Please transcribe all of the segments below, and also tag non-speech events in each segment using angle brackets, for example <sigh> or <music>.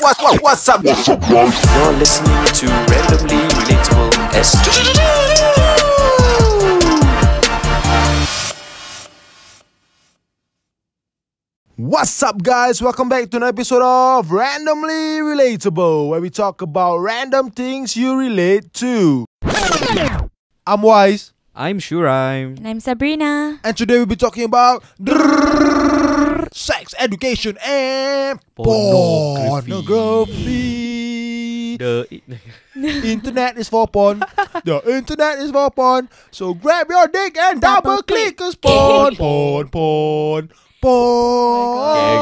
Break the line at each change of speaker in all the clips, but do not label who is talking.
What, what, what's up? What's up, guys?
You're listening to Randomly Relatable S.
What's up, guys? Welcome back to an episode of Randomly Relatable, where we talk about random things you relate to. I'm Wise,
I'm sure I'm.
And I'm Sabrina.
and today we'll be talking about sex education and
Pornography.
pornography.
The
internet is for porn. <laughs> The internet is for porn. So grab your dick and double,
Double
click
click.
is porn, <laughs> porn, porn, porn.
Okay, okay,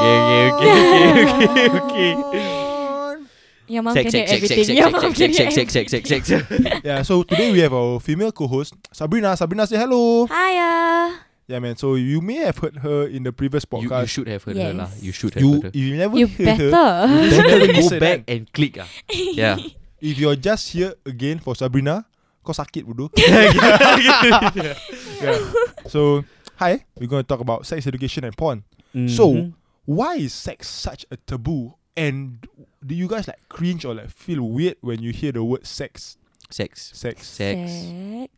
okay, okay, okay, okay,
Porn.
Your mom
sex,
can hear
sex, sex, sex,
everything. Your mom
sex,
can
sex,
hear
sex, sex, sex,
everything.
sex, sex, sex.
<laughs> Yeah, so today we have our female co-host, Sabrina. Sabrina, say hello.
Hiya.
Yeah, man. So you may have heard her in the previous
You, you
podcast.
should have heard her lah.
Yes.
You should have
You,
heard her.
you never
You
heard her.
better.
You
Don't
definitely
even
said
go back and click
<laughs>
ah. Yeah.
If you're just here again for Sabrina, kau sakit
<laughs>
bodoh. <laughs> yeah. So, hi. We're going to talk about sex education and porn. So,
Mhm.
why is sex such a taboo? And do you guys like cringe or like feel weird when you hear the word sex?
sex, <laughs>
Sex.
sex.
Sex.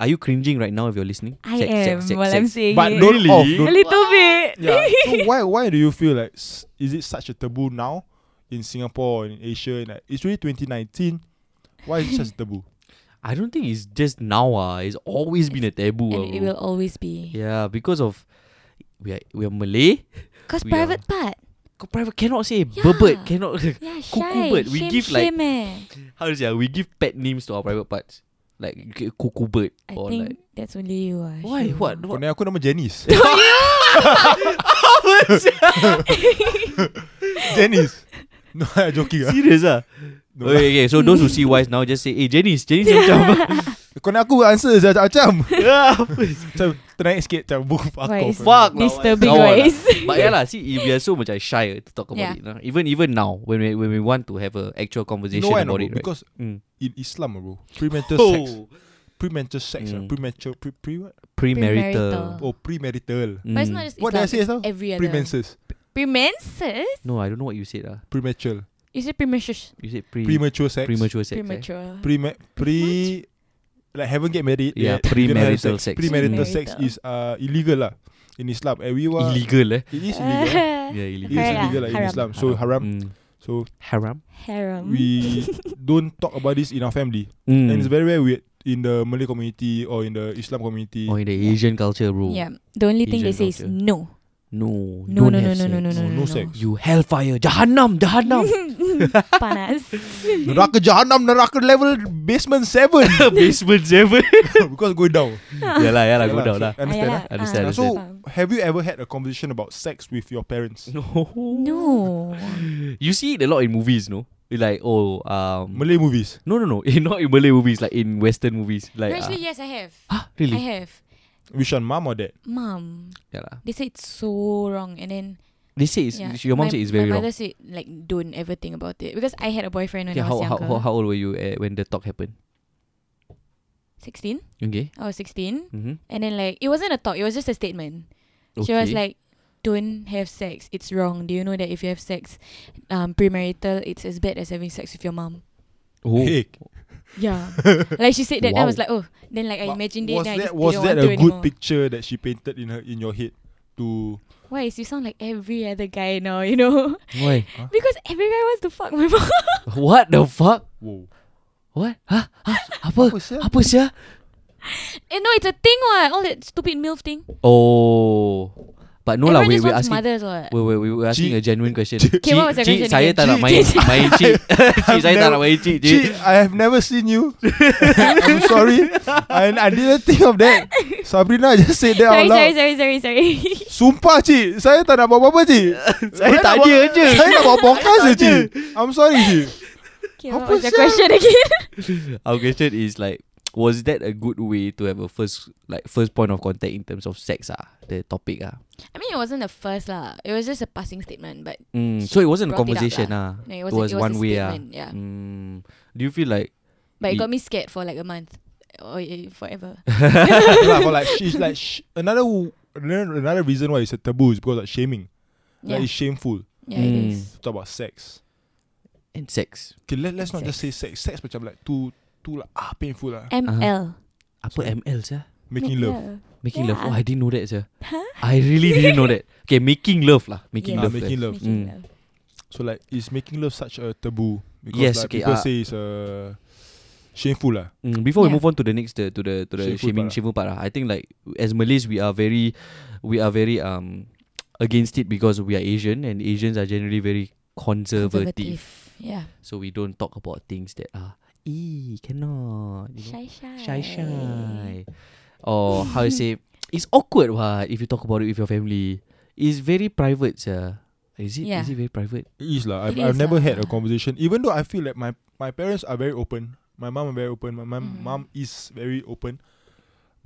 Are you cringing right now if you're listening?
I
sex,
am
sex, sex,
while
sex.
I'm saying
But
it.
don't
Really?
off.
A
Don't,
little bit.
yeah.
<laughs>
So why why do you feel like s- is it such a taboo now in Singapore or in Asia? And, like, it's really 2019. Why is it such a taboo?
I don't think it's just now ah. It's always been a taboo. ah,
And it
bro.
will always be.
Yeah, because of we are we are Malay.
Because
We
private part.
Kau private cannot say
Yeah.
berbird cannot. <laughs>
Yeah,
Cuckoo
shy.
bird. We
shame,
give like-
shame, eh.
How to say? ah, We give pet names to our private parts. Like k- cuckoo bird
I
or like
think that's only you. ah,
why
Shul.
what
Kau
what
nanya aku nama
<laughs>
Janice. Janice. No, <laughs> I joking.
<laughs>
ah.
serious ah?
<laughs> No.
Okay, okay, so those who see wise now just say, "Hey, Janice, Janice
<laughs>
macam
Kau nak aku answer je macam
Ah, apa is-
Macam ternaik sikit Macam boom fuck
Why
off
is-
fuck lah,
Disturbing
wise. Lawa lah.
ways.
But yeah lah, see, we are so macam shy to talk about
Yeah.
it. Nah? Even even now, when we when we want to have a actual conversation
No I know bro,
about it, right?
Because
Mm.
in Islam bro Premarital sex
oh,
Premarital sex mm.
Mm.
Premarital pre, pre, what?
premarital.
Premarital.
Oh premarital
But it's not
Mm.
just
What did I
Islam,
say just
it's
now?
Every other.
Premenses
Premenses?
No, I don't know what you said. Ah,
Premature
You said premature.
you said pre
Premature sex
premature sex. eh?
Premature.
Prema- Pre Like haven't get married
Yeah,
yet. You gonna have
premarital sex.
Premarital
Mm.
sex is uh, illegal lah In Islam And we were
Illegal eh?
It is
<laughs>
illegal
Yeah,
It
illegal.
is
Haram.
illegal lah in
Haram. Mm.
Islam So haram
Mm.
So
Haram.
Harem.
we don't talk about this in our family And
Mm.
it's very very weird in the Malay community or in the Islam community.
Or Oh, in the Asian culture, bro.
Yeah. The only thing they
Asian
say is
culture.
no.
No. don't
No, no,
have
no, no, no,
sex.
no, no,
no
no.
sex.
You hellfire, Jahannam, Jahannam.
<laughs>
<laughs>
Panas.
Neraka Jahannam, Neraka level basement
<laughs>
7
Basement seven.
<laughs>
<laughs>
because going down.
yeah lah, yeah lah,
Yeah
go
lah,
down
so
lah.
Understand?
Ah, yeah lah.
Understand,
Ah.
so
understand.
Faham.
have you ever had a conversation about sex with your parents?
No.
No.
You see it a lot in movies, no? It's Like oh, um,
Malay movies.
no, no, <laughs> no, in, not in Malay movies, like in Western movies, like
No, actually,
uh,
yes, I have.
ah,
I
really?
have.
Which one, mom or dad?
Mom,
Yeah lah.
they said it's so wrong, and then
They say it's,
yeah,
your mom
my,
said it's very
my
wrong.
mother said like don't ever think about it because I had a boyfriend when
Okay,
I
how,
was
how,
younger.
how how old were you uh, when the talk happened?
Sixteen,
Okay.
I was sixteen,
Mm-hmm.
and then like it wasn't a talk; it was just a statement.
okay.
She was like, "Don't have sex. It's wrong. Do you know that if you have sex, um, premarital, it's as bad as having sex with your mom."
oh,
Hey,
Yeah,
<laughs>
like she said that. and
Wow.
I was like, "Oh." Then like I
but
imagined it.
was
then I
that
just
was
didn't
that
want
a
to
good
anymore.
picture that she painted in her in your head to
Why is you sound like every other guy now? You know, <laughs>
why?
because every guy wants to fuck my mom.
what the fuck?
whoa?
What? Huh? <laughs> Huh? Apa?
Apa sia?
Apa Oh, sia?
<laughs> Eh, no, it's a thing, what? All that stupid MILF thing.
Oh. But no lah,
Everyone
we
just
we
wants
asking
mothers, what?
Wait, wait, we were asking
Cik.
a genuine question.
Okay, what was your
Cik,
question
saya
again?
tak nak main,
Cik.
main
<laughs>
cik. cik, saya tak nak main cik. cik.
Gee, I have never seen
<laughs>
you. I'm sorry. And I didn't think of that. Sabrina just said that
Sorry,
out loud.
sorry, sorry, sorry, sorry. <laughs>
Sumpah cik Saya tak nak buat apa-apa cik
<laughs> Saya
nak
tanya
buat-
je.
Saya nak buat podcast je
<laughs>
cik I'm sorry cik
okay,
Apa
what was your
sia?
question again?
Our question is like, was that a good way to have a first, like, first point of contact in terms of sex ah, the topic ah?
I mean, it wasn't the first lah. It was just a passing statement, but
Mm, so it wasn't a
Brought it up
conversation
lah.
ah.
no, it
It
was,
was
it was
one
a
way ah.
statement. Yeah,
Mm, do you feel
<laughs>
like,
but it
Ye-
got me scared for like a month or eh, forever.
like, for like she's like sh- another w- another another reason why it's a taboo is because like shaming.
yeah,
Like it's shameful
yeah, it
Mm.
is.
to talk about sex.
and sex.
Okay, let, let's not just say
Sex.
sex. Sex macam like too too lah ah painful lah.
ML.
Apa ML sah?
Making
Make
love.
Uh-huh. Making love.
Yeah.
Oh, I didn't know that sah.
Huh?
I really didn't know that. Okay, making love lah. Making
Ah,
Yeah.
love.
making love.
Making
Mm.
love.
So like, is making love such a taboo? Because
Yes,
like,
okay,
people
ah.
say it's uh, shameful lah.
Mm, before we
Yeah.
move on to the next uh, to the to
Shameful
the shaming
part ah.
shameful part, ah, I think like as Malays we are very we are very um against it because we are Asian and Asians are generally very conservative.
Yeah.
So we don't talk about things that are ee cannot you know,
Shy shy.
shy shy. Or how you say <laughs> it's awkward what if you talk about it with your family. It's very private, sir. Is it? Is
Yeah.
it very private?
It is lah. I've,
It
I've
is
never
lah.
had a conversation. Even though I feel like my my parents are very open. My mom are very open. My mom,
Mm.
mom is very open.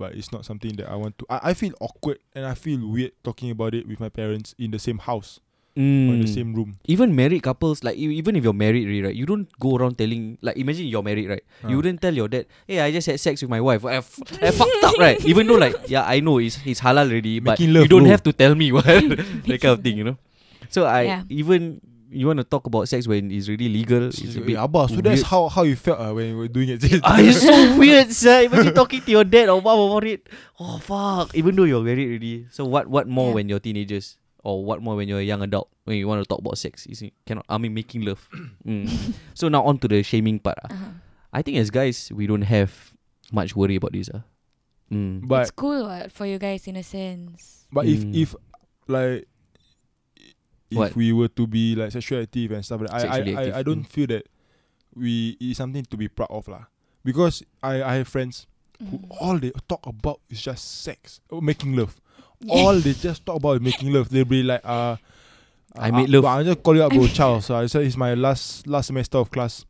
But it's not something that I want to. I, I feel awkward and I feel weird talking about it with my parents in the same house or in the
Mm.
same room.
even married couples like e- even if you're married already, right you don't go around telling like imagine you're married right
Ah.
you wouldn't tell your dad hey i just had sex with my wife i, f- I fucked up
<laughs>
right even though like yeah i know it's, it's halal already but
Making love,
you don't
bro.
have to tell me <laughs> what that kind of thing you know so i
Yeah.
even you want to talk about sex when it's really legal it's a
<laughs>
bit
Abah, Ah, so that's
weird.
how how you felt uh, when you were doing
<laughs>
it.
Ah, it's so weird, sir. Imagine talking to your dad or mom about it. Oh fuck! Even though you're married already, so what? What more
Yeah.
when you're teenagers, or what more when you're a young adult when you want to talk about sex? You see, cannot. I mean, making
<coughs>
love. Mm. so now on to the shaming part. ah.
<laughs> Uh-huh.
I think as guys, we don't have much worry about this. Ah, Mm.
but
It's cool what, for you guys in a sense.
but
Mm.
if if like if
What?
we were to be like sexually active and stuff like that, I,
Sexually
I,
active,
I, I don't
mm.
feel that we it's something to be proud of lah. Because I, I have friends who
Mm.
all they talk about is just sex, or making love. All
<laughs>
they just talk about is making love. They'll be like, uh,
I
uh,
made love.
But I just call you up,
<laughs>
I
bro,
made-
Charles. So I said it's my last last semester of class.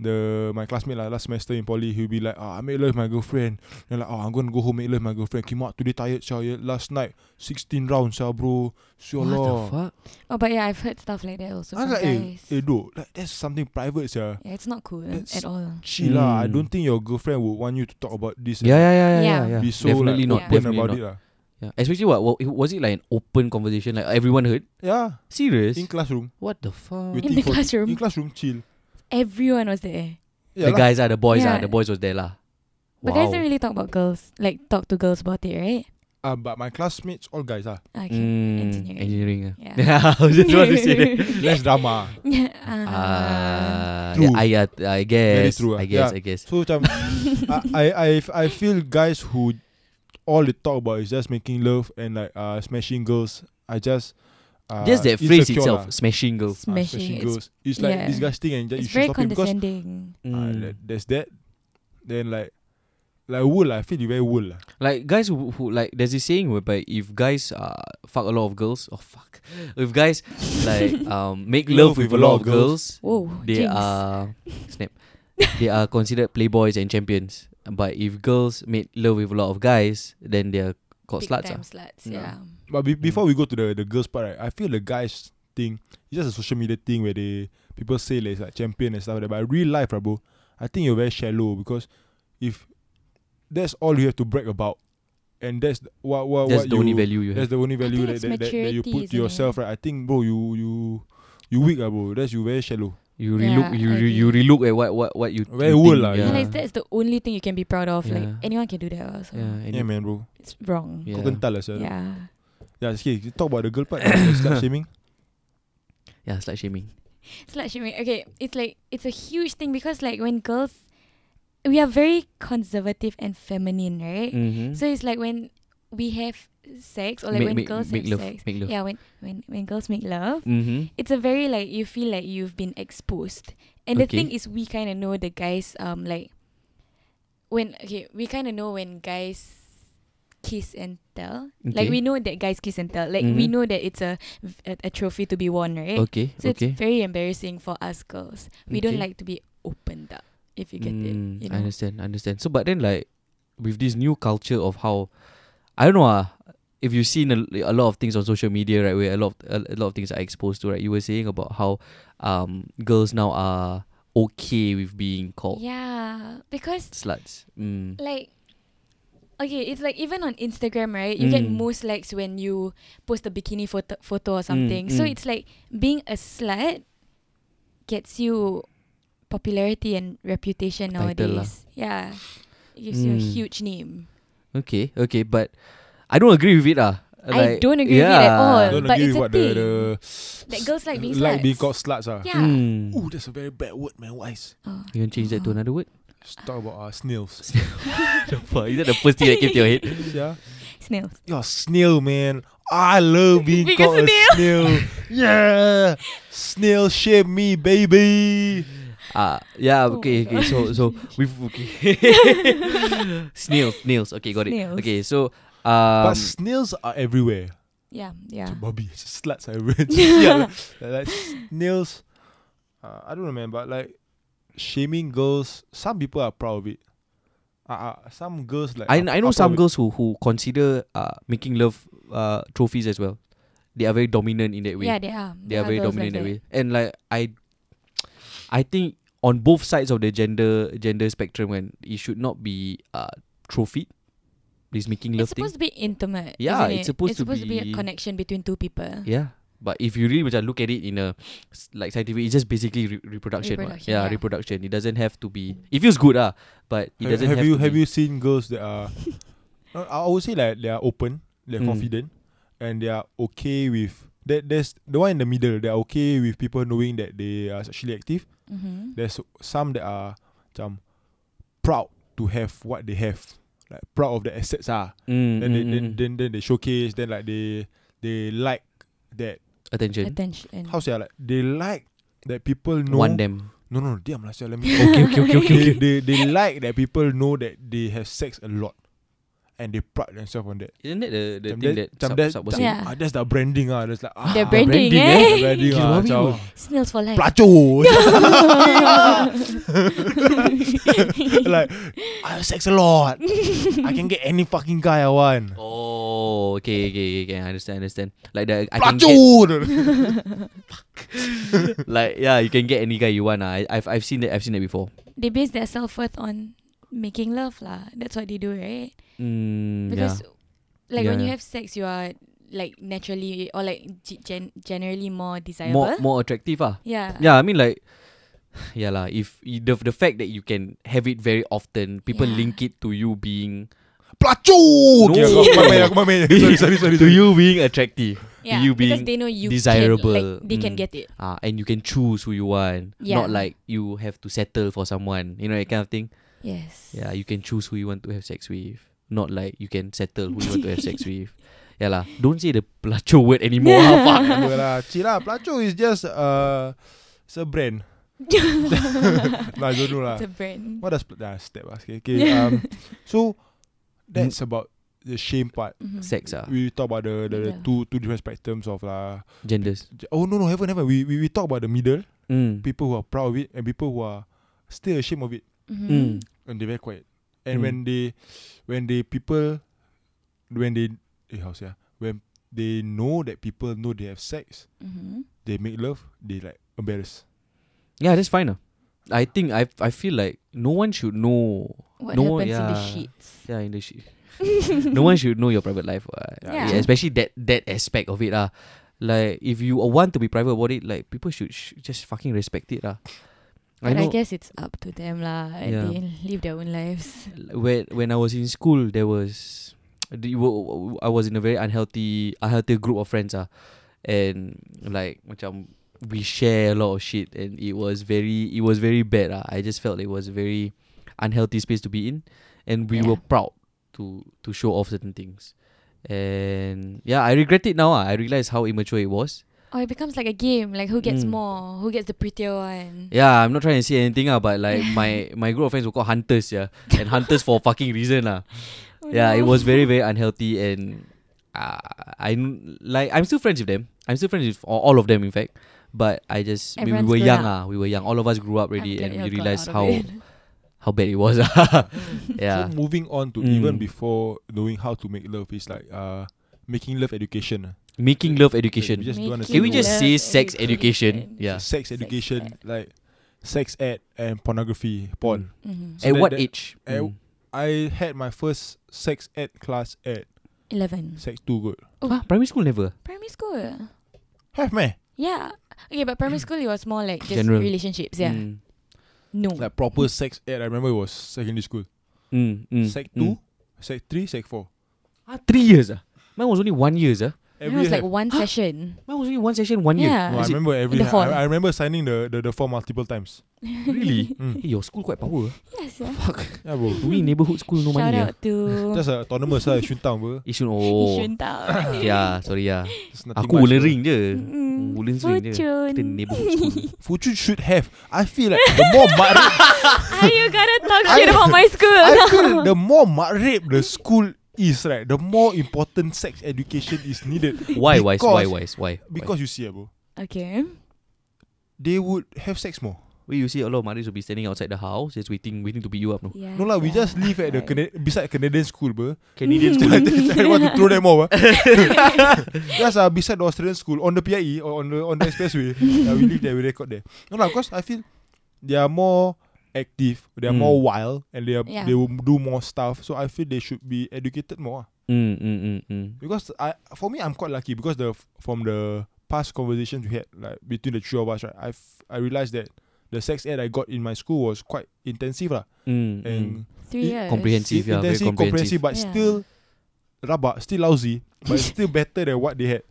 The my classmate like last semester in poly, he'll be like, oh, I made love with my girlfriend. Then like, oh, I'm gonna go home make love with my girlfriend. Came out today tired, so last night sixteen rounds, so bro. So
what the fuck?
Oh, but yeah, I've heard stuff like that also.
I was
from
like, hey,
guys.
hey, dude, like, that's something private, sir.
yeah, it's not cool
that's-
at all.
Chill lah. I
Mm.
don't think your girlfriend would want you to talk about this.
Yeah,
and
yeah, yeah, yeah, yeah.
Yeah.
yeah.
Be so
definitely
like,
not.
open
Definitely
about
not.
it, lah.
Yeah. Especially what, what? Was it like an open conversation? Like everyone heard?
Yeah,
Serious?
in classroom,
what the fuck?
With
In the
for- in
classroom,
classroom, chill.
everyone was there.
Yeah,
the
lah.
guys are the boys are
Yeah.
the boys was there lah. wow.
But they doesn't really talk about girls, like talk to girls about it, right?
Ah, but my classmates all guys ah.
Okay.
Mm,
engineering.
engineering. ah.
Yeah.
<laughs> I was just want to say
<laughs>
that.
Less drama.
Ah.
Ah,
True.
yeah, I, uh, I guess.
true, ah.
I guess.
Yeah.
I guess.
<laughs> So macam <laughs> I, I I I feel guys who all they talk about is just making love and like uh smashing girls. I just uh,
Just that phrase
insecure
itself,
lah.
smashing
<laughs>
girl.
Ah,
Smashing. It's,
girls. It's like
yeah.
disgusting and just
it's
you should
very
stop it because
condescending.
uh,
Mm.
that- there's that. Then like like wool lah. I feel you very wool lah.
Like guys who, who like there's this saying whereby if guys uh fuck a lot of girls, oh fuck, if guys like um make love, with, a lot of girls,
<laughs> Whoa,
they
jinx.
are snap. they are considered playboys and champions. But if girls make love with a lot of guys, then they are called
Big
sluts.
time
ah.
sluts.
Yeah.
Yeah.
But
Mm.
be- before we go to the the girls part, right, I feel the guys thing it's just a social media thing where they people say like, it's like champion and stuff like that. But real life, right, bro, I think you're very shallow because if that's all you have to brag about, and that's th- what what what
That's the
you,
only value you
That's
have.
the only value
think
that,
it's
that, that, that you
maturity,
put to
isn't it?
yourself, right? I think, bro, you you you weak, ah, bro. That's you very shallow.
You
Yeah,
relook, you re- you
agree.
relook at what what what you.
Very
you
old
think,
lah,
And
yeah.
like, that's the only thing you can be proud of. Like
Yeah.
anyone can do that. Also.
Yeah, and
yeah, man, bro.
It's wrong.
Yeah.
Kau kental lah, sir. Yeah,
Yeah.
yeah okay, you talk about the girl part, the
<coughs>
slut shaming.
yeah, slut shaming.
Slut shaming. Okay, it's like it's a huge thing because like when girls, we are very conservative and feminine, right?
Mm-hmm.
So it's like when we have sex or like when girls
make
have
love,
sex.
make love.
Yeah, when, when when girls make love,
Mm-hmm.
it's a very like you feel like you've been exposed. And the
Okay.
thing is, we kind of know the guys um like when okay we kind of know when guys kiss and tell. Like
Okay.
we know that guys kiss and tell. Like we
Mhm.
know that it's a, a a trophy to be won, right?
Okay,
So
okay.
it's very embarrassing for us girls. We don't
Okay.
like to be opened up. If you get
Mm,
it, you
I
know.
understand, I understand. So, but then like with this new culture of how, I don't know ah, if you've seen a, a lot of things on social media, right, where a lot of, a, a lot of things are exposed to, right. You were saying about how, um, girls now are okay with being called
Yeah, because
sluts. Mm.
like okay it's like even on instagram right you get
Mm.
most likes when you post a bikini photo, photo or something so
mm.
it's like being a slut gets you popularity and reputation
Title lah.
nowadays. Yeah. It gives you a
Mm.
huge name.
Okay, okay, but I don't agree with it lah.
I
Like,
don't agree with it at all.
Don't
But
agree
it's
with
a
what the,
thing.
the
That girls like being
like being
sluts.
called sluts ah.
Yeah.
Hmm.
Ooh, that's a very bad word, man. Why? is-
Oh.
You want to change that to another word?
Let's talk about uh, <laughs> snails.
Fuck, Is that <laughs> the first thing that came to your head?
yeah,
Snails.
you're a snail, man. I <laughs> love being
Being a
called a
snail.
snail. yeah, snail shape me, baby.
<laughs> Ah, yeah,
Oh
okay,
my
okay. So, so we've
<laughs>
okay. snails, snails. Okay, got
Snails.
it. Okay, so
but
um,
snails are everywhere.
<laughs> Yeah, yeah.
To Bobby, <laughs> it's sluts I read. yeah, like, like snails. Uh, I don't know, man. But like shaming girls, some people are proud of it. Uh, uh, some girls like
I
are-
I know
are
some
proud of
girls who who consider uh making love uh trophies as well. They are very dominant in that way.
Yeah, they are.
they are very
girls like
dominant in that way. And like I, I think on both sides of the gender gender spectrum, when it should not be uh trophy, this making love
It's
thing.
supposed to be intimate.
Yeah,
isn't
it's
it?
supposed
it's
to
supposed to be
be-
a connection between two people.
Yeah. But if you really macam look at it in a s- like scientific, it's just basically re- reproduction. what.
Reproduction,
yeah,
yeah.
reproduction. It doesn't have to be. It feels good, ah, but it
Ha-
doesn't
have,
have
you
to
have
be.
you seen girls that
<laughs>
are No, I would say like they are open, they're
Mm.
confident, and they are okay with that. There's the one in the middle. They are okay with people knowing that they are sexually active.
Mm-hmm.
There's some that are um, proud to have what they have, like proud of the assets are.
Mm,
Then,
mm,
they, then
mm.
then then they showcase. Then like they they like that.
attention.
Attention.
How say I, like they like that people know.
Want them?
No no no. Diam lah. sia, Let
<laughs>
me.
<laughs> okay, okay, okay, okay.
they,
okay.
they they like that people know that they have sex a lot, and they pride themselves on that.
Isn't that the the
Macam
thing
that-
that
macam
sub,
that-
sub was
macam-
saying?
Yeah.
Ah, that's the branding ah. That's like ah,
<laughs> They're branding,
branding, eh?
eh?
the branding
Gila,
ah,
babi
macam
lu.
<laughs> Snails for life.
pelacur. <laughs> like I have sex a lot. I can get any fucking guy I want.
Oh, okay, okay, okay, okay. I understand, understand. Like the I can get,
Pelacur.
<laughs> like yeah, you can get any guy you want. ah. I, I've I've seen that. I've seen that before.
they base their self worth on making love lah. That's what they do, right?
Mm, yeah.
Because like
Yeah,
when you
yeah.
have sex, you are like naturally or like g- gen- generally more desirable.
More more attractive ah.
yeah.
Yeah, I mean like <sighs> yeah lah. If i- the the fact that you can have it very often, people
Yeah.
link it to you being
Pelacur.
No.
Okay, aku aku <laughs> main, aku main. <laughs> Sorry, sorry, sorry.
to you being attractive.
Yeah,
you
because
being
they know you
desirable.
Can, like, they can
Mm.
get it.
Ah, and you can choose who you want.
Yeah.
Not like you have to settle for someone. You know that kind of thing.
Yes. <laughs>
Yeah, you can choose who you want to have sex with. Not like you can settle who you want to have
<laughs>
sex with. Yeah lah. Don't say the placho <laughs> word anymore. ah, fuck.
Apa lah. Chill lah. Pelacur is just uh, it's a brand. <laughs> no, I don't know lah.
It's a brand.
What does uh, step ah? Okay, <laughs> okay.
<laughs>
Um, so that's about the shame part.
Mhm.
Sex ah.
We talk about the, the, the
Middle.
two two different spectrums of lah.
Genders.
Oh no no haven't haven't. We, we we talk about the middle
Mm.
people who are proud of it and people who are still ashamed of it
Mhm.
Mm.
and they're very quiet. And
Mm.
when they when they people when they eh, how say ah, when they know that people know they have sex,
Mhm.
they make love, they like embarrassed.
Yeah, that's fine. ah. I think I I feel like no one should know.
What
No,
happens in the
yeah.
sheets?
Yeah, in the shi- <laughs> no one should know your private life. ah.
Yeah.
Yeah, especially that that aspect of it. ah. Like if you uh, want to be private about it, like people should sh- just fucking respect it. ah.
<laughs> But I, guess it's up to them lah.
Yeah.
They live their own lives.
L- when when I was in school, there was the- w- w- I was in a very unhealthy unhealthy group of friends ah, and like macam we share a lot of shit, and it was very it was very bad ah. I just felt it was a very unhealthy space to be in, and we were
Yeah.
proud to to show off certain things, and yeah, I regret it now. Ah. I realize how immature it was.
Or Oh, it becomes like a game, like who gets
Mm.
more, who gets the prettier one.
Yeah, I'm not trying to say anything ah, but like my my group of friends were called hunters yeah, and hunters for fucking reason ah. lah.
Oh,
yeah, it
no.
was
<laughs>
very very unhealthy and uh, I kn- like I'm still friends with them. I'm still friends with all, all of them in fact. But I just we, we
Everyone's
were
grown
young
up.
ah, we were young. All of us grew up already,
I'm glad
and
y'all
we
got
realized
out
how
of it.
<laughs>
<laughs>
how bad it was. <laughs> ah. yeah,
So moving on to
Mm.
even before knowing how to make love is like uh making love education. ah.
making love
We
education.
just don't wanna
Making
say
Can we
the
just
love
word.
say sex education?
education.
Yeah.
Sex
Sex
education
ed.
like sex ed and pornography
Mm.
porn.
Mhm.
So
At
that-
what
that-
age?
at-
Mm.
I had my first sex ed class at
Eleven.
sex two good.
Ah, primary school never.
Primary school.
Have me.
Yeah, Okay, but
<clears throat>
primary school it was more like just
General.
relationships. Yeah.
Mm.
No.
Like proper sex ed, I remember it was secondary school.
Mm, mm,
sec
mm.
2, sec 3, sec 4.
Ah, three years. Ah, mine was only one years. Ah,
Mine
Every
was
year
like
have-
one
Huh?
session.
mine was only one session, one year.
Yeah.
no, I
Is it-
remember every
the
year. I,
hall.
I remember signing the, the, the form multiple times. <laughs>
Really?
Mm.
<laughs> Hey, your school quite power.
<laughs>
ah.
Yes, yeah.
Fuck.
Yeah, bro.
Do we neighborhood school no
Shout
money? ah?
out
<laughs>
to
Just a autonomous lah, Shun Town, bro.
Yishun oh.
Yishun
<coughs>
Town.
Yeah, sorry yeah.
There's nothing
Aku
much,
Woodland
bro.
Ring je.
Mm-mm.
Woodlands Ring je.
Fuchun.
Kita neighborhood school.
<laughs>
Fuchun should have. I feel like the more matrep,
Are you gonna talk shit about my school?
<laughs> I
<laughs>
feel the more matrep the school is, right, the more important sex education is needed.
Why wise? Why
Because-
wise? Why?
Because you see, ah, bro,
Okay.
they would have sex more.
why? you see a lot of mothers will be standing outside the house just waiting waiting to beat you up
<laughs>
no.
Yeah.
No lah, we just live at the Cana- beside Canadian school, bro.
Canadian
I want to throw them over. Just uh, beside the Australian school on the PIE or on the on the expressway. uh, we live there, we record there. No lah, because I feel they are more active, they are
Mm.
more wild, and they are
Yeah.
they will do more stuff. So I feel they should be educated more. ah.
Mm, mm, mm, mm.
Because I for me I'm quite lucky because the from the past conversations we had like between the three of us, right? I f- I realized that the sex ed I got in my school was quite intensive lah,
Mm,
and
mm.
<laughs> Three
It-
years.
comprehensive, yeah, very
intensive, comprehensive,
comprehensive.
but
Yeah.
still rabak, still lousy, but still better than what they had.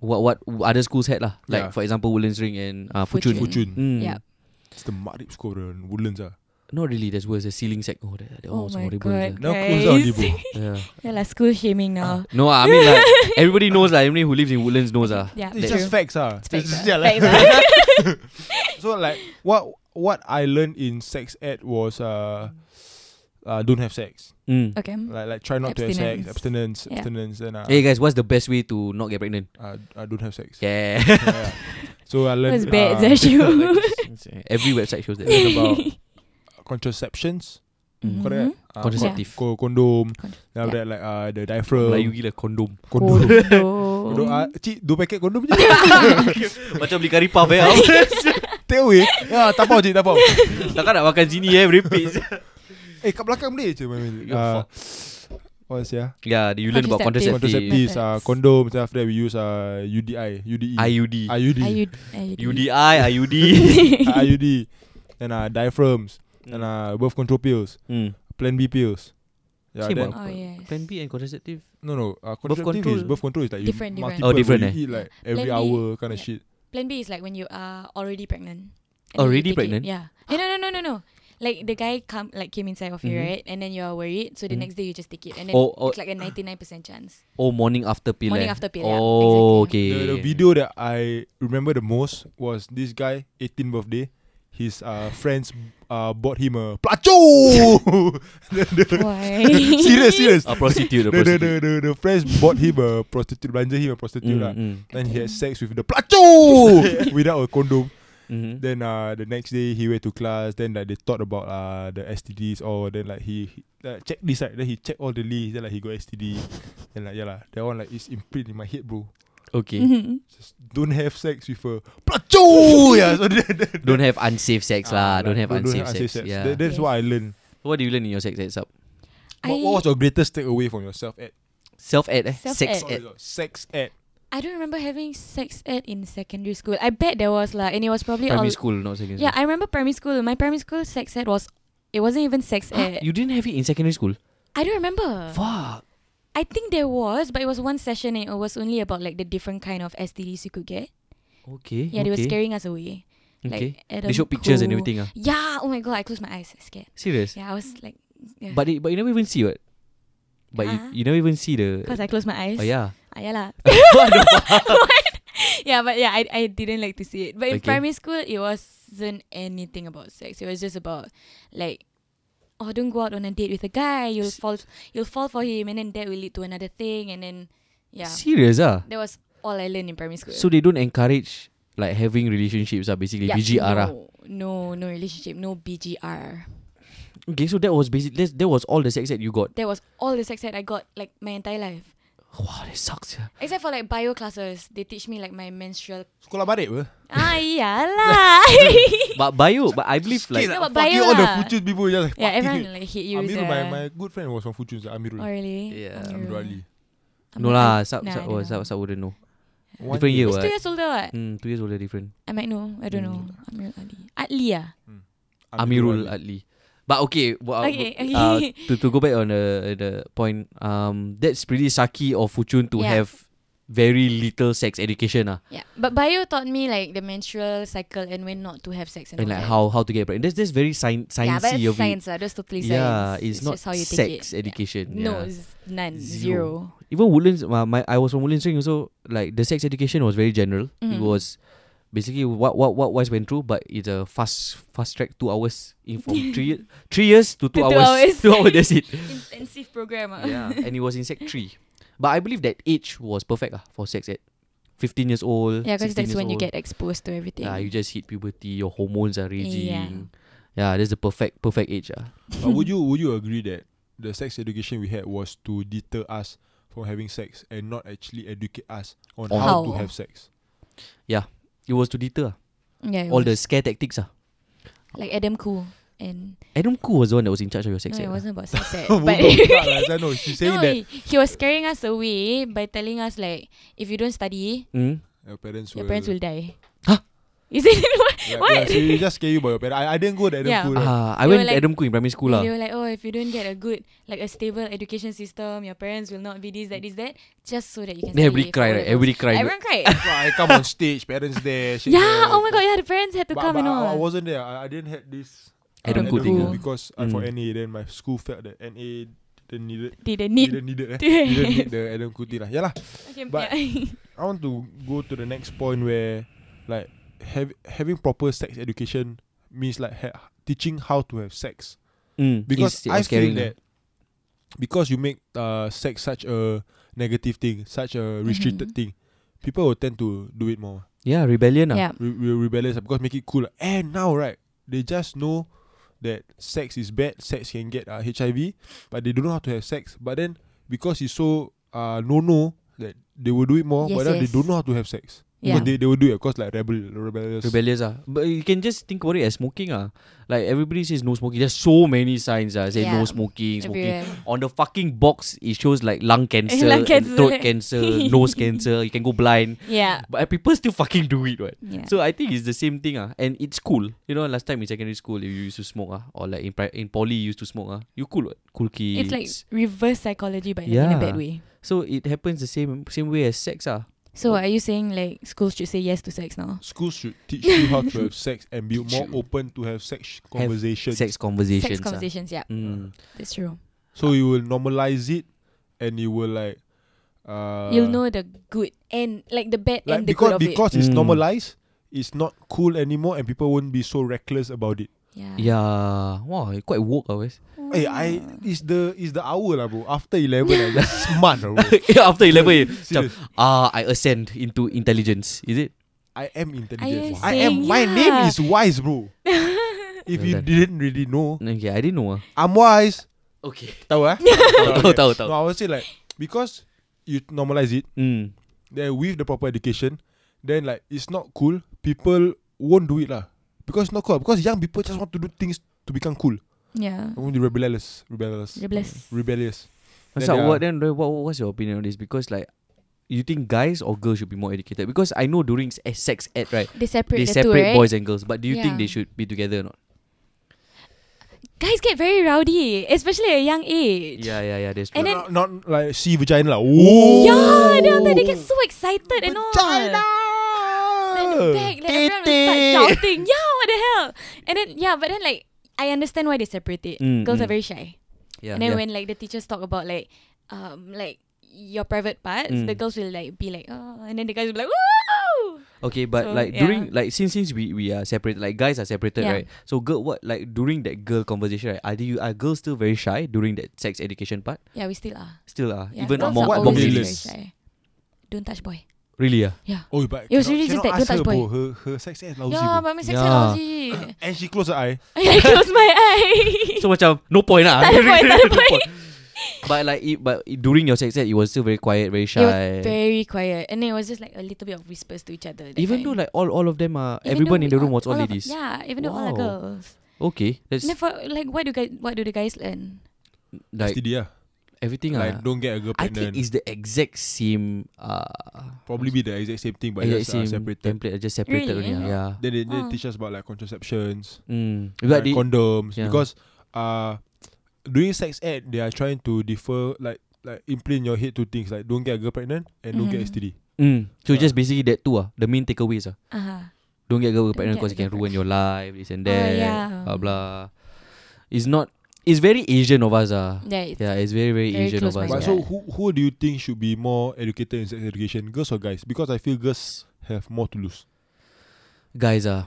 What what other schools had lah? Like
Yeah.
for example Woodlands Ring and uh, Fuchun.
Fuchun.
Fuchun.
Mm.
Yeah.
It's the Marib school bro, in Woodlands ah.
Not really. That's worse. The ceiling sack. Oh, that, that one
Oh
was
my
horrible.
god.
Now close down already,
guys.
bro.
<laughs> Yeah.
Yeah, like school shaming now.
No, ah, I mean
<laughs>
like everybody knows like everybody who lives in Woodlands knows ah.
Yeah,
It's
That-
just facts ah.
It's facts,
It's-
ah.
yeah, like-
Facts,
<laughs> so like what what I learned in sex ed was uh, uh don't have sex.
Mm.
Okay.
Like like try not to have
Abstinence.
sex, abstinence,
Yeah.
abstinence, and uh,
Hey guys, what's the best way to not get pregnant?
uh, uh, don't have sex. <laughs>
Yeah. <laughs>
Yeah. So I learned
That's
ah,
bad,
uh,
<laughs> that's you.
Every website shows that.
learned
<laughs>
about contraceptions,
Mm.
correct? Uh,
Contraceptive.
co- condom.
Mm-hmm. Con-
Then after that like uh the diaphragm.
Melayu gila kondom.
Condom. Kondom.
Condom.
Ah, cik, dua paket kondom je.
<laughs>
Macam beli curry puff eh.
<laughs> Take away. Ya, tapau cik, tapau.
Takkan nak makan sini eh, repeat.
Eh, kat belakang boleh je.
Ya,
Uh, what else ya?
yeah, you learn about
Contraceptive.
contraceptive.
Contraceptives, uh,
Methods.
condoms. Then after that we use uh, UDI, UDE.
IUD.
IUD.
Are
IUD.
you, are you,
UDI, IUD. <laughs>
uh, IUD. Then uh, diaphragms. Then
Hmm.
uh, birth control pills.
Mm.
Plan B pills. Yeah,
Same
then,
ah.
Oh yes.
Plan B and contraceptive.
no, no. Uh, contraceptive
control.
is birth control is like you
Different, different.
multiple.
Oh, different,
you
eh?
eat like every
Plan B,
hour kind of
yeah.
shit.
Plan B is like when you are already pregnant. And then you
Already
take it,
pregnant?
Yeah. Eh, No, no, no, no, no. Like the guy come like came inside of you,
Mhm.
right? And then you are worried, so the
Mhm.
next day you just take it, and then
Oh, oh,
it's like a ninety nine percent chance.
oh, morning after pill.
Morning
eh.
after pill, yeah,
Oh,
The,
exactly.
okay.
the video that I remember the most was this guy 18th birthday. His uh, friends uh, bought him a placho. <laughs> The- the-
<laughs>
Why?
<laughs> serious, serious.
A prostitute.
The,
A
the,
prostitute.
the, the, the friends bought him a prostitute, belanja him a prostitute lah.
Mm,
Then he had sex with the placho without a condom.
mm, mhm.
Then uh, the next day he went to class. Then like they thought about uh, the STDs or then like he, he uh, checked this right. Then he checked all the leads. Then like he got STD. then like yeah lah, that one like is imprint in my head, bro.
Okay.
Mhm.
just don't have sex with a placho. yeah, so that, that,
Don't have unsafe sex
Ah,
lah.
like,
Don't have unsafe
unsafe
sex. Yeah.
That- that's
Yes.
what I learned.
what do you learn in your sex ed sub?
I,
What, what was your greatest takeaway from yourself at
Self ed eh?
Self-ed.
Sex
sorry,
ed.
your sex ed?
I don't remember having sex ed in secondary school. I bet there was lah, and it was probably
Primary
all.
school, not secondary
Yeah, I remember primary school. My primary school sex ed was. It wasn't even sex
school.
ed.
you didn't have it in secondary school?
I don't remember.
Fuck.
I think there was, but it was one session and it was only about like the different kind of STDs you could get.
Okay. okay.
Yeah, they were scaring us away.
Okay.
Like, Adam
they showed pictures and
Khoo.
everything. Ah,
Yeah. Oh my god, I closed my eyes. I scared.
Serious?
Yeah, I was like, yeah.
But they, but you never even see what? But
Huh?
you, you never even see the.
because I closed my eyes.
Oh, yeah.
Ah, yeah
<laughs>
lah. <laughs>
What the fuck?
yeah, but yeah, I, I didn't like to see it. But in
Okay.
primary school, it wasn't anything about sex. It was just about like, oh, don't go out on a date with a guy. You'll
S-
fall, you'll fall for him, and then that will lead to another thing, and then yeah,
Serious ah.
that was all I learned in primary school.
So they don't encourage like having relationships ah basically
yeah,
BGR ah.
No, no, no relationship, no BGR.
Okay, so that was basically that, that was all the sex that you got.
That was all the sex that I got like my entire life, Oh,
Wow, that sucks. Yeah.
except for like bio classes. They teach me like my menstrual.
<laughs>
Sekolah barik apa?
ah, iyalah.
<laughs> But bio, but I believe like
No,
Fucking
but bio
ah, all the
lah.
Fuchun people just like
yeah,
fucking
everyone like hate you.
Amirul,
sia.
my, my good friend was from Fuchun, so Amirul.
Oh really?
Yeah,
Amirul Ali.
no
I'm
lah,
not-
sub sub
nah, I don't
oh,
know.
sub sub wouldn't know.
One
Different year,
He's
what?
two years older what?
Mm, two years older different.
I might know. I don't
Mm.
know. Amirul Ali. Atli ah.
Amirul Adli. But okay, well,
Okay, okay. <laughs>
Uh, to to go back on the the point, um, that's pretty sucky of Fuchun to
Yeah.
have very little sex education ah,
Yeah. But bio taught me like the menstrual cycle and when not to have sex and,
and
all
like
that.
how how to get pregnant. That's that's very science
yeah, but
sciencey
it's
of it.
science lah. That's totally science.
Yeah, it's, not
just how you take
sex
it.
education.
No,
yeah.
it's none.
Zero.
Zero.
even Woodlands, my, my I was from Woodlands Ring also. Like the sex education was very general. It
Mm.
was basically what what what was went through, but it's a fast fast track two hours in
<laughs>
from three ye- three years to two
To two
hours.
hours.
<laughs> two hours. That's it.
Intensive program ah.
yeah, <laughs> and it was in sec three. But I believe that age was perfect ah for sex ed. Fifteen years old.
Yeah,
16
because
years
that's when you
old.
get exposed to everything.
Yeah,
<laughs>
you just hit puberty. Your hormones are raging.
Yeah.
Yeah, that's the perfect perfect age ah.
But would you would you agree that the sex education we had was to deter us from having sex and not actually educate us on
On
how,
how.
to have sex?
It was to deter ah.
yeah, it
all the
was.
scare tactics ah.
like Adam Cool and
Adam Koo was the one that was in charge of your sex ed.
no, it
ah.
wasn't
<laughs>
about sex
<laughs>
ed,
Woman
but <laughs>
pula lah, Zah, no, she's saying
no,
that
he, he was scaring us away by telling us like if you don't study,
Mm?
your parents
your
will.
parents will die.
Huh?
<laughs> Is it what?
Yeah,
what?
Yeah, so you just scare you about your parents. I, I didn't go to Adam
Yeah.
Khoo, right?
Ah, I
They were
went
like-
Adam Khoo in primary school ah. lah.
And They were like, oh, if you don't get a good, like a stable education system, your parents will not be this, that, this, that, just so that you can.
Then everybody cry,
study for
right?
O-levels.
Everybody cry. <laughs>
Everyone cried.
I come on stage, parents there. <laughs> shit
yeah.
there.
Oh my god. Yeah, the parents had to
But,
come
but
and
I, I
all.
wasn't there. I, I didn't have this uh,
Adam Khoo
Khoo
thing, ah.
because I'm for
Mm.
NA. Then my school felt that NA didn't need it.
Didn't need.
didn't need it. Eh.
to
didn't need
have-
the Adam Khoo thing. lah. Yeah lah.
<laughs> Okay,
But-
yeah.
I want to go to the next point where like have, having proper sex education means like ha- teaching how to have sex
Mm,
because
it's- it
I
was
feel
scaring
that because you make uh, sex such a negative thing, such a restricted
Mhm.
thing, people will tend to do it more.
Yeah, rebellion. ah.
yeah.
We will rebellious ah, because make it cool. And now right, they just know that sex is bad. Sex can get uh, HIV, but they don't know how to have sex. But then because it's so uh no no that they will do it more. but
Yes,
then they
yes.
don't know how to have sex.
Yeah.
Because they, they will do it, of course, like rebel, rebellious.
Rebellious ah. But you can just think about it as smoking ah. Like everybody says no smoking. There's so many signs ah. Say no
Yeah.
smoking, smoking.
Everywhere.
On the fucking box it shows like lung cancer,
<laughs> Lung
and
cancer.
throat
<laughs>
cancer, nose cancer, you can go blind.
Yeah.
But people still fucking do it, right?
Yeah.
So I think it's the same thing ah. And it's cool. You know, last time in secondary school you used to smoke ah. Or like in pri- in poly you used to smoke ah. You cool what? Cool kids.
it's like reverse psychology, but like, in
Yeah.
a bad way.
so it happens the same same way as sex ah.
So are you saying like schools should say yes to sex now?
Schools should teach you how to have sex and be
Teach
more
you.
open to have sex conversations.
Sex conversations.
Sex Ah.
ah.
conversations, yeah,
Mm.
that's true.
So you will normalize it, and you will like. Uh,
You'll know the good and like the bad
like
and the
because
good of
because it's
Mm.
normalized, it's not cool anymore, and people won't be so reckless about it.
it. Yeah.
Yeah. Wow, you quite woke ah, always.
Mm.
Hey, I it's the it's the hour lah, bro. After eleven, I just <laughs> smart, lah, bro.
<laughs> After 11 years, macam,
Serious.
ah, I ascend into intelligence. Is it?
I am intelligent.
you
I am.
saying-
My name
Yeah.
is wise,
<laughs>
bro. If
Well
you
done.
didn't really know,
Okay, I didn't know. Ah.
I'm wise.
Okay.
Tahu <laughs> eh?
<laughs> tahu, tahu, <laughs> tahu.
No, I would say like because you normalize it,
Mm.
then with the proper education, then like it's not cool. People won't do it lah because it's not cool. Because young people just want to do things to become cool.
yeah.
I want to be rebellious, rebellious,
Rebellious.
rebellious. Then
So
they
what
are-
then? What, what- what's your opinion on this? Because like, you think guys or girls should be more educated? Because I know during s- eh, sex ed, right?
They separate
They
the
separate
two, right?
boys and girls, but do you think
Yeah.
they should be together or not?
Guys get very rowdy, especially at a young age.
Yeah, yeah, yeah. That's true.
And then-
not, not like see vagina lah. Oh,
Yeah, then after that they get so excited and all.
vagina.
Then the back, like everyone will start shouting. Yeah, what the hell? And then yeah, but then like I understand why they separate it.
Mm,
Girls
mm.
are very shy.
yeah,
and
yeah.
then when like the teachers talk about like um like your private parts,
Mm.
the girls will like be like, oh and then the guys will be like, Woo
Okay, but
So,
like
yeah.
during like since since we we are separated, like guys are separated,
Yeah.
right? So girl, what like during that girl conversation, right? Are you are girls still very shy during that sex education part?
Yeah, we still are.
Still are
Yeah,
even
girls
among
are
what
among
always very
boys?
ladies.
shy. Don't touch boy.
Really ah.
Oh, but
It
cannot-
was really just
cannot
that,
ask
don't touch
her,
boy.
bro. Her her sex ed lousy.
yeah,
bro.
but my sex
Yeah.
<laughs> yeah. lousy.
And she closed her eye.
I close my eye.
So macam no point lah.
<laughs> Tak ada point, tak
<laughs>
ada
No
point.
But like it, but it- during your sex ed, it was still very quiet, very
It
shy.
was very quiet, and then it was just like a little bit of whispers to each other. that
even
kind.
though like all all of them are
Even
everyone
though
in the
we
room
all-
was all
all of-
ladies.
Yeah, even though all are
Wow.
girls.
Okay, that's
Never like what do guys what do the guys learn?
like
STD ah.
everything
like
ah.
don't get a girl
I
pregnant.
think it's the exact same uh
probably be the exact same thing, but
exact
just uh,
same
separated.
template uh, just separated
Really?
only ah, yeah.
Then they, they
Oh.
teach us about like contraceptions,
Mm.
like
But they,
condoms,
yeah.
because uh, during sex ed they are trying to defer like like implant your head to things like don't get a girl pregnant and don't get
Mhm.
STD.
mm.
Uh.
So just basically that two ah, the main takeaways ah.
Uh-huh.
Don't get girl
Don't
pregnant
get
because it
girl
can ruin your life, this and
Oh,
that,
yeah.
blah blah. It's not. It's very Asian of us ah.
Yeah, it's
Yeah, it's very very,
Very
Asian of us.
close-minded.
But
Yeah.
so who who do you think should be more educated in sex education, girls or guys? Because I feel girls have more to lose.
Guys ah,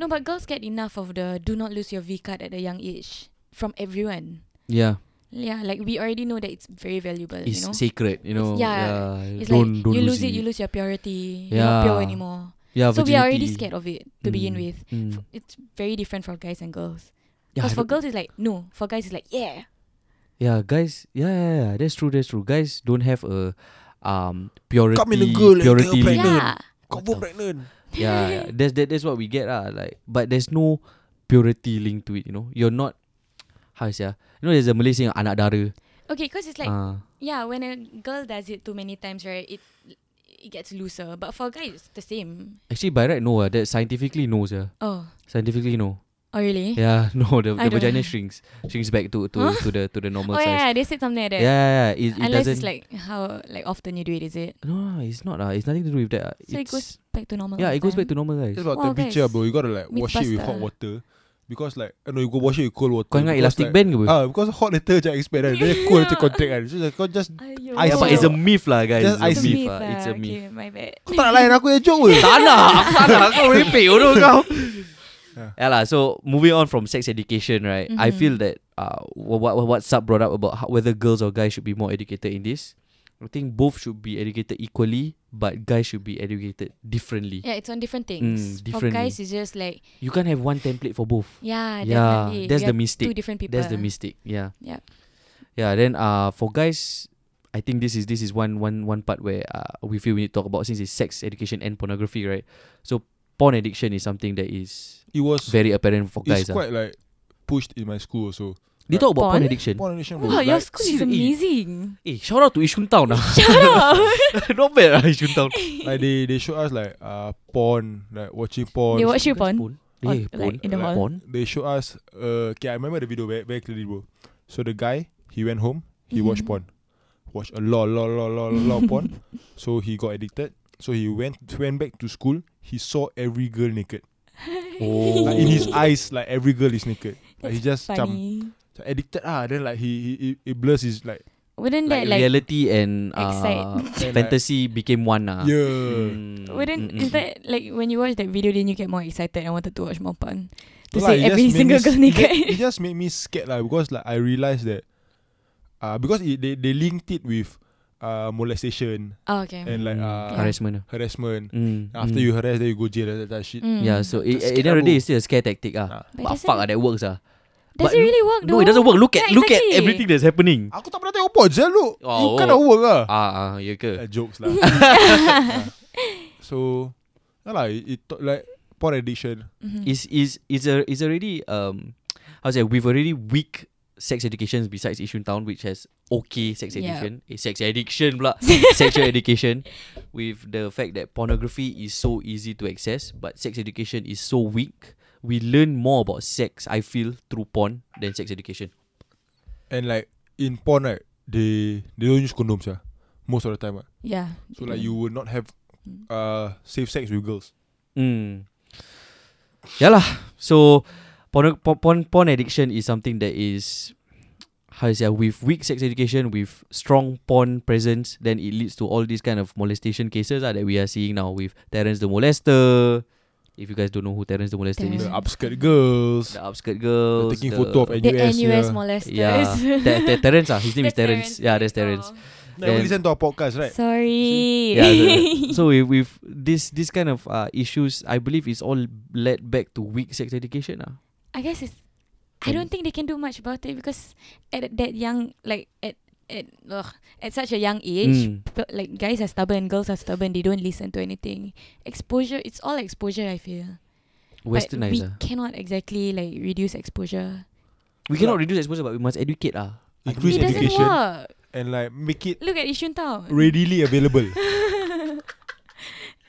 No, but girls get enough of the do not lose your V card at a young age from everyone.
yeah,
Yeah, like we already know that it's very valuable.
it's
you know,
sacred. You know,
yeah, it's
don't
like
don't
you
lose
lose it, you lose your purity. You're
Yeah.
not pure anymore.
Yeah,
so we are already
virginity.
scared of it to begin
Mm.
with.
Mm.
F- It's very different for guys and girls.
Yeah,
Because
I
for
don't-
girls it's like no, for guys it's like yeah.
Yeah, guys. Yeah, yeah, yeah, that's true. That's true. Guys don't have a um purity
Come in a girl and girl
purity
pregnant.
label.
Yeah.
What the
Confirm
f-
pregnant.
yeah,
<laughs>
yeah, that's that, that's what we get ah. Like, but there's no purity linked to it. You know, you're not. How is yeah? You know, there's a Malay saying anak dara.
Okay, because it's like
Ah,
yeah, when a girl does it too many times, right, it it gets looser. But for guys it's the same.
actually, by right, no. ah. that scientifically no, yeah.
Oh.
Scientifically no.
Oh really?
Yeah, <laughs> no. The,
I
the
don't-
vagina shrinks, shrinks back to to,
Huh?
to the to the normal
Oh
size.
yeah, they said something like that.
Yeah, yeah, yeah. It, it
Unless
doesn't.
it's like how like often you do it, is it?
no, no, it's not. ah. it's nothing to do with that. ah.
So it
It's-
goes back to normal.
Yeah, it goes back to
normal.
normal size.
It's about
Wow,
temperature,
guys.
bro. You gotta like wash it with hot water.
Mythbuster.
Because like uh, no, you go wash it with cold water.
Kau ingat
because,
elastic
like,
band ke apa?
Ah, because hot later jangan expect kan. Dia cold later contact kan. So kau just
I
Ice
Yeah, but
bro.
it's a myth lah guys.
Just
It's
ice
a myth. ah. It's a myth.
uh, Okay, my bad.
kau tak nak layan aku eh, yang joke ke?
Tak nak <laughs> Aku tak nak Kau merepek bodoh kau
Yeah.
Yeah lah so Moving on from sex education right I
Mhm.
feel that uh, what, what, what Sab brought up about how, Whether girls or guys should be more educated in this I think both should be educated equally But guys should be educated differently
Yeah, it's on different things.
differently.
For guys, it's just like
You can't have one template for both
yeah,
Yeah
definitely.
That's
We
the
are
mistake
Two different people.
That's the mistake. Yeah.
Yep.
Yeah. Then uh, for guys, I think this is this is one one one part where uh, we feel we need to talk about since it's sex education and pornography, right? So porn addiction is something that is
It was
very apparent for guys.
it's
ah.
quite like pushed in my school also.
They talk about porn,
Porn?
addiction.
Porn addiction bro.
Wow, your
Like,
school is
seriously.
amazing.
Eh, shout out to Ishun Town.
<laughs>
ah.
Shut
<laughs>
up.
Not bad, ah, Ishun Town.
like they they show us like uh porn, like watching porn.
They watch you
Guys, Eh,
porn. Or,
porn.
like, in the hall.
Porn.
They show us uh okay, I remember the video very, very clearly bro. So the guy, he went home, he watched
Mhm.
porn. Watched a lot, lot, lot, lot, lot of
<laughs>
porn. So he got addicted. So he went went back to school. He saw every girl naked.
Oh.
Like in his eyes, like every girl is naked. Like he just
That's
macam,
funny.
macam addicted ah. Then like he he he- he blurs his like
Wouldn't
Like,
that like
reality and uh,
Excite.
And, like-
fantasy became one. ah.
yeah.
Mm, mm,
wouldn't
mm,
is
mm.
that like when you watch that video then you get more excited and wanted to watch more porn? To
No lah, it
see
just
every
made me
single
s-
girl
it ju-
naked.
<laughs>
It just made me scared lah because like I realised that uh because it, they they linked it with uh molestation
<laughs> Oh, okay.
and like
Mm,
uh
harassment. ah.
harassment.
Mm,
After
mm.
you harass, then you go jail. That, that type shit.
Mm.
Yeah, so it,
That's
at the end of the
scary.
day, it's still a scare tactic. Ah.
Ah.
But,
does
fuck, ah,
it,
that works. Ah.
does
but
it
you-
really work though?
No, it doesn't work. Look at
Yeah,
look at
exactly.
everything that's happening.
Aku tak pernah tengok porn je lu. you
Oh,
kind of
oh.
work lah.
Ah, ah ya ke?
Uh, jokes
<laughs>
lah. Ah. so, yeah lah, it, it to- like porn addiction.
Mhm.
Is is is a is already um how to say we've already weak sex educations besides Ishun Town which has okay sex
Yeah.
education. Eh, sex addiction
<laughs>
pula. sexual education with the fact that pornography is so easy to access but sex education is so weak. We learn more about sex, I feel, through porn than sex education.
And like in porn, right, they they don't use condoms yeah, most of the time. ah.
yeah.
So like you will not have uh safe sex with girls.
Mm. Yeah lah. So porn, porn- porn porn addiction is something that is how is it with weak sex education with strong porn presence then it leads to all these kind of molestation cases ah, that we are seeing now with Terrence the molester. If you guys don't know who Terrence the molester
The
is,
Terrence.
upskirt girls.
the upskirt girl,
taking photo of
the
NUS.
NUS
yeah.
molesters. <laughs>
yeah, Ter- Ter- Terrence ah, his name is
That's
Terrence. Yeah, that's Terrence.
Oh.
Never
Then-
listen to our podcast, right?
Sorry.
yeah,
<laughs>
the- so with, with this this kind of uh, issues, I believe it's all led back to weak sex education ah.
I guess it's. I don't think they can do much about it because at that young, like at at ugh, at such a young age,
Mm.
people- like guys are stubborn, girls are stubborn. They don't listen to anything. Exposure, it's all exposure. I feel. But we
Westernizer.
cannot exactly like reduce exposure.
We,
Yeah.
cannot reduce exposure, but we must educate ah.
increase
it doesn't
education
work.
and like make it
Look at Yishun Town.
readily available.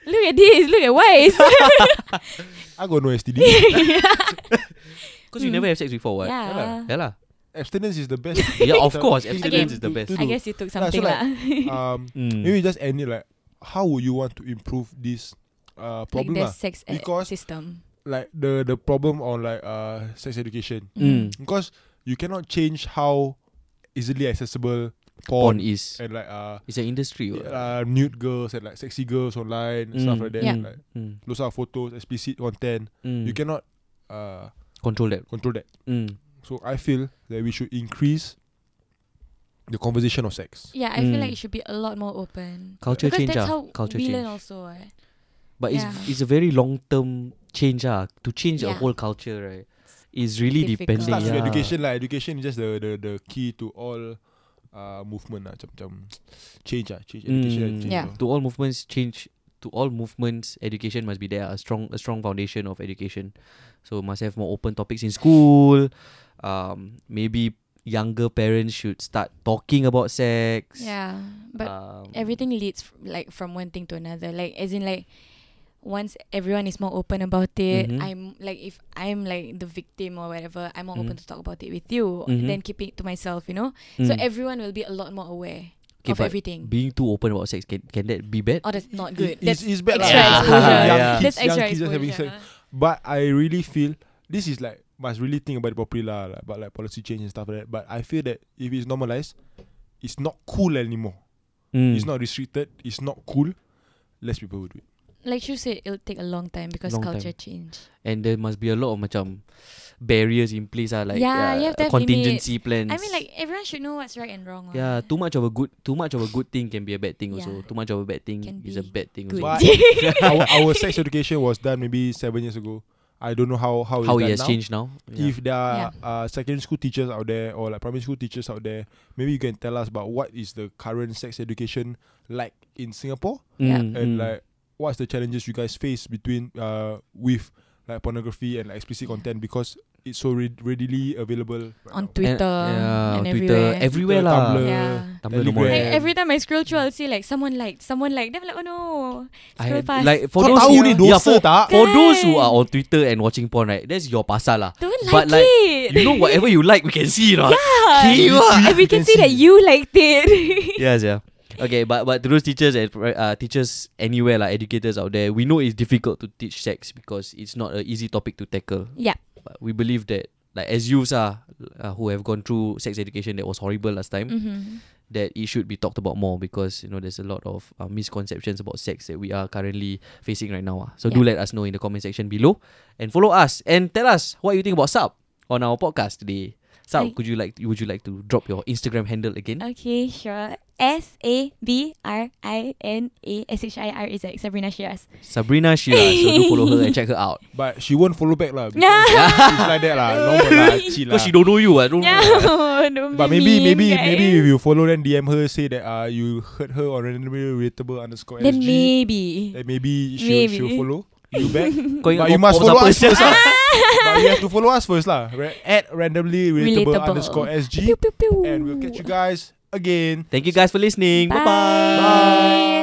look at this. Look at
<laughs>
Wise.
I got no
<laughs>
STD.
Because you
Mm.
never have sex before, what?
Yeah.
Yeah lah.
abstinence is the best.
Yeah, of
<laughs> thing
course,
to-
abstinence
to-
is the
to-
best.
to
I
do.
guess you took
so
something
like,
lah.
Um,
Mm.
maybe just end it like, how would you want to improve this uh
like
problem? lah?
the sex ed
Because-
system.
like the the problem on like uh sex education
Mm.
because you cannot change how easily accessible
Porn
porn,
is
and like uh,
it's an industry. what?
uh nude girls and like sexy girls online and stuff
Mm,
like that.
Yeah.
Like,
Mm.
those are photos, explicit content.
Mm.
You cannot uh
control that.
control that.
Mm.
So I feel that we should increase the conversation of sex.
Yeah, I feel
Mm.
like it should be a lot more open.
Culture
because
change,
that's
ah.
how
Culture
we
change.
learn also. Eh.
But it's
Yeah.
it's a very long term change ah to change a
Yeah.
whole culture right is really
Difficult.
depending.
Starts with
yeah.
education lah. Education is just the the, the key to all uh movement lah. Macam, macam change lah. Change education and
Mm.
change.
Yeah.
lah.
To all movements change to all movements education must be there a strong a strong foundation of education. So must have more open topics in school. Um, maybe younger parents should start talking about sex.
Yeah, but
um,
everything leads f- like from one thing to another. Like as in like once everyone is more open about it,
Mhm.
I'm like if I'm like the victim or whatever, I'm more open
Mhm.
to talk about it with you
Mhm.
than keeping it to myself. You know,
mm.
so everyone will be a lot more aware
Okay,
of
but
everything.
being too open about sex can can that be bad?
oh, that's not good.
It's, it's
That's
bad lah.
<laughs>
extra
Young
exposure.
Yeah.
kids-
that's
young
extra
kids just having sex.
exposure.
But I really feel this is like must really think about it properly lah, like, about like policy change and stuff like that. But I feel that if it's normalized, it's not cool anymore.
Mm.
It's not restricted. It's not cool. Less people will do
<laughs>
it.
Like you said, it'll take a long time because
Long
culture
time.
change.
and there must be a lot of macam barriers in place ah like
Yeah,
uh,
you have to have
contingency plans.
I mean, like everyone should know what's right and wrong.
yeah, Ya,
what.
too much of a good too much of a good thing can be a bad thing also.
Yeah.
Too much of a bad thing
Ya. Can
is a
be
bad thing
<laughs>
good. <laughs>
also.
our, our sex education was done maybe seven years ago. I don't know how how,
How
it's
it
done
has
now.
changed now. Yeah.
If there are uh, secondary school teachers out there or like primary school teachers out there, maybe you can tell us about what is the current sex education like in Singapore
Yeah.
Mm,
and
mm.
like what's the challenges you guys face between uh with like pornography and like explicit
Yeah.
content because it's so re- readily available right
on
now.
Twitter
and, yeah,
and
Twitter
everywhere.
everywhere
Twitter,
lah.
Tumblr,
yeah.
Tumblr no more.
Telegram.
Like
And-
every time I scroll through, I'll see like someone liked, someone liked. Then I'm like, oh no,
I
scroll
had-
past.
like for
Kau
those
tahu
who,
ni
yeah,
dosa
for,
tak?
for those who are
Kan.
on Twitter and watching porn right, that's your pasal lah.
don't like,
but like,
it.
You know
<laughs>
whatever you like, we can see it.
yeah. And we can see that you liked it. <laughs>
<laughs> yes, yeah. Okay, but but to those teachers and uh, teachers anywhere like educators out there, we know it's difficult to teach sex because it's not an easy topic to tackle.
yeah.
But we believe that like as youths ah, uh, who have gone through sex education that was horrible last time,
Mm-hmm.
that it should be talked about more because you know there's a lot of uh, misconceptions about sex that we are currently facing right now. ah. So do let us know in the comment section below and follow us and tell us what you think about Sub on our podcast today. Sub,
Hi.
could you like would you like to drop your Instagram handle again?
Okay, sure. S A B R I N A S H I R is like Sabrina Shiraz.
Sabrina Shira. so do follow her and check her out.
but she won't follow back
<laughs>
lah.
No,
because It's like that lah. Normal lah. Chill lah.
<laughs> Because she don't know you, I don't
<laughs>
know.
no, don't be
But maybe
mean,
maybe
guys.
maybe if you follow then DM her say that uh you heard her on randomly relatable underscore
then
SG,
maybe.
then maybe <laughs> she
Maybe.
she'll follow you back.
Kau ingat
but you
kau
must
pop
follow
siapa
us
sia?
first lah.
<laughs>
but you have to follow us first lah. Ra- at randomly relatable,
Relatable.
underscore SG,
Pew, pew, pew.
and we'll catch you guys again.
Thank you guys for listening. Bye bye.
Bye.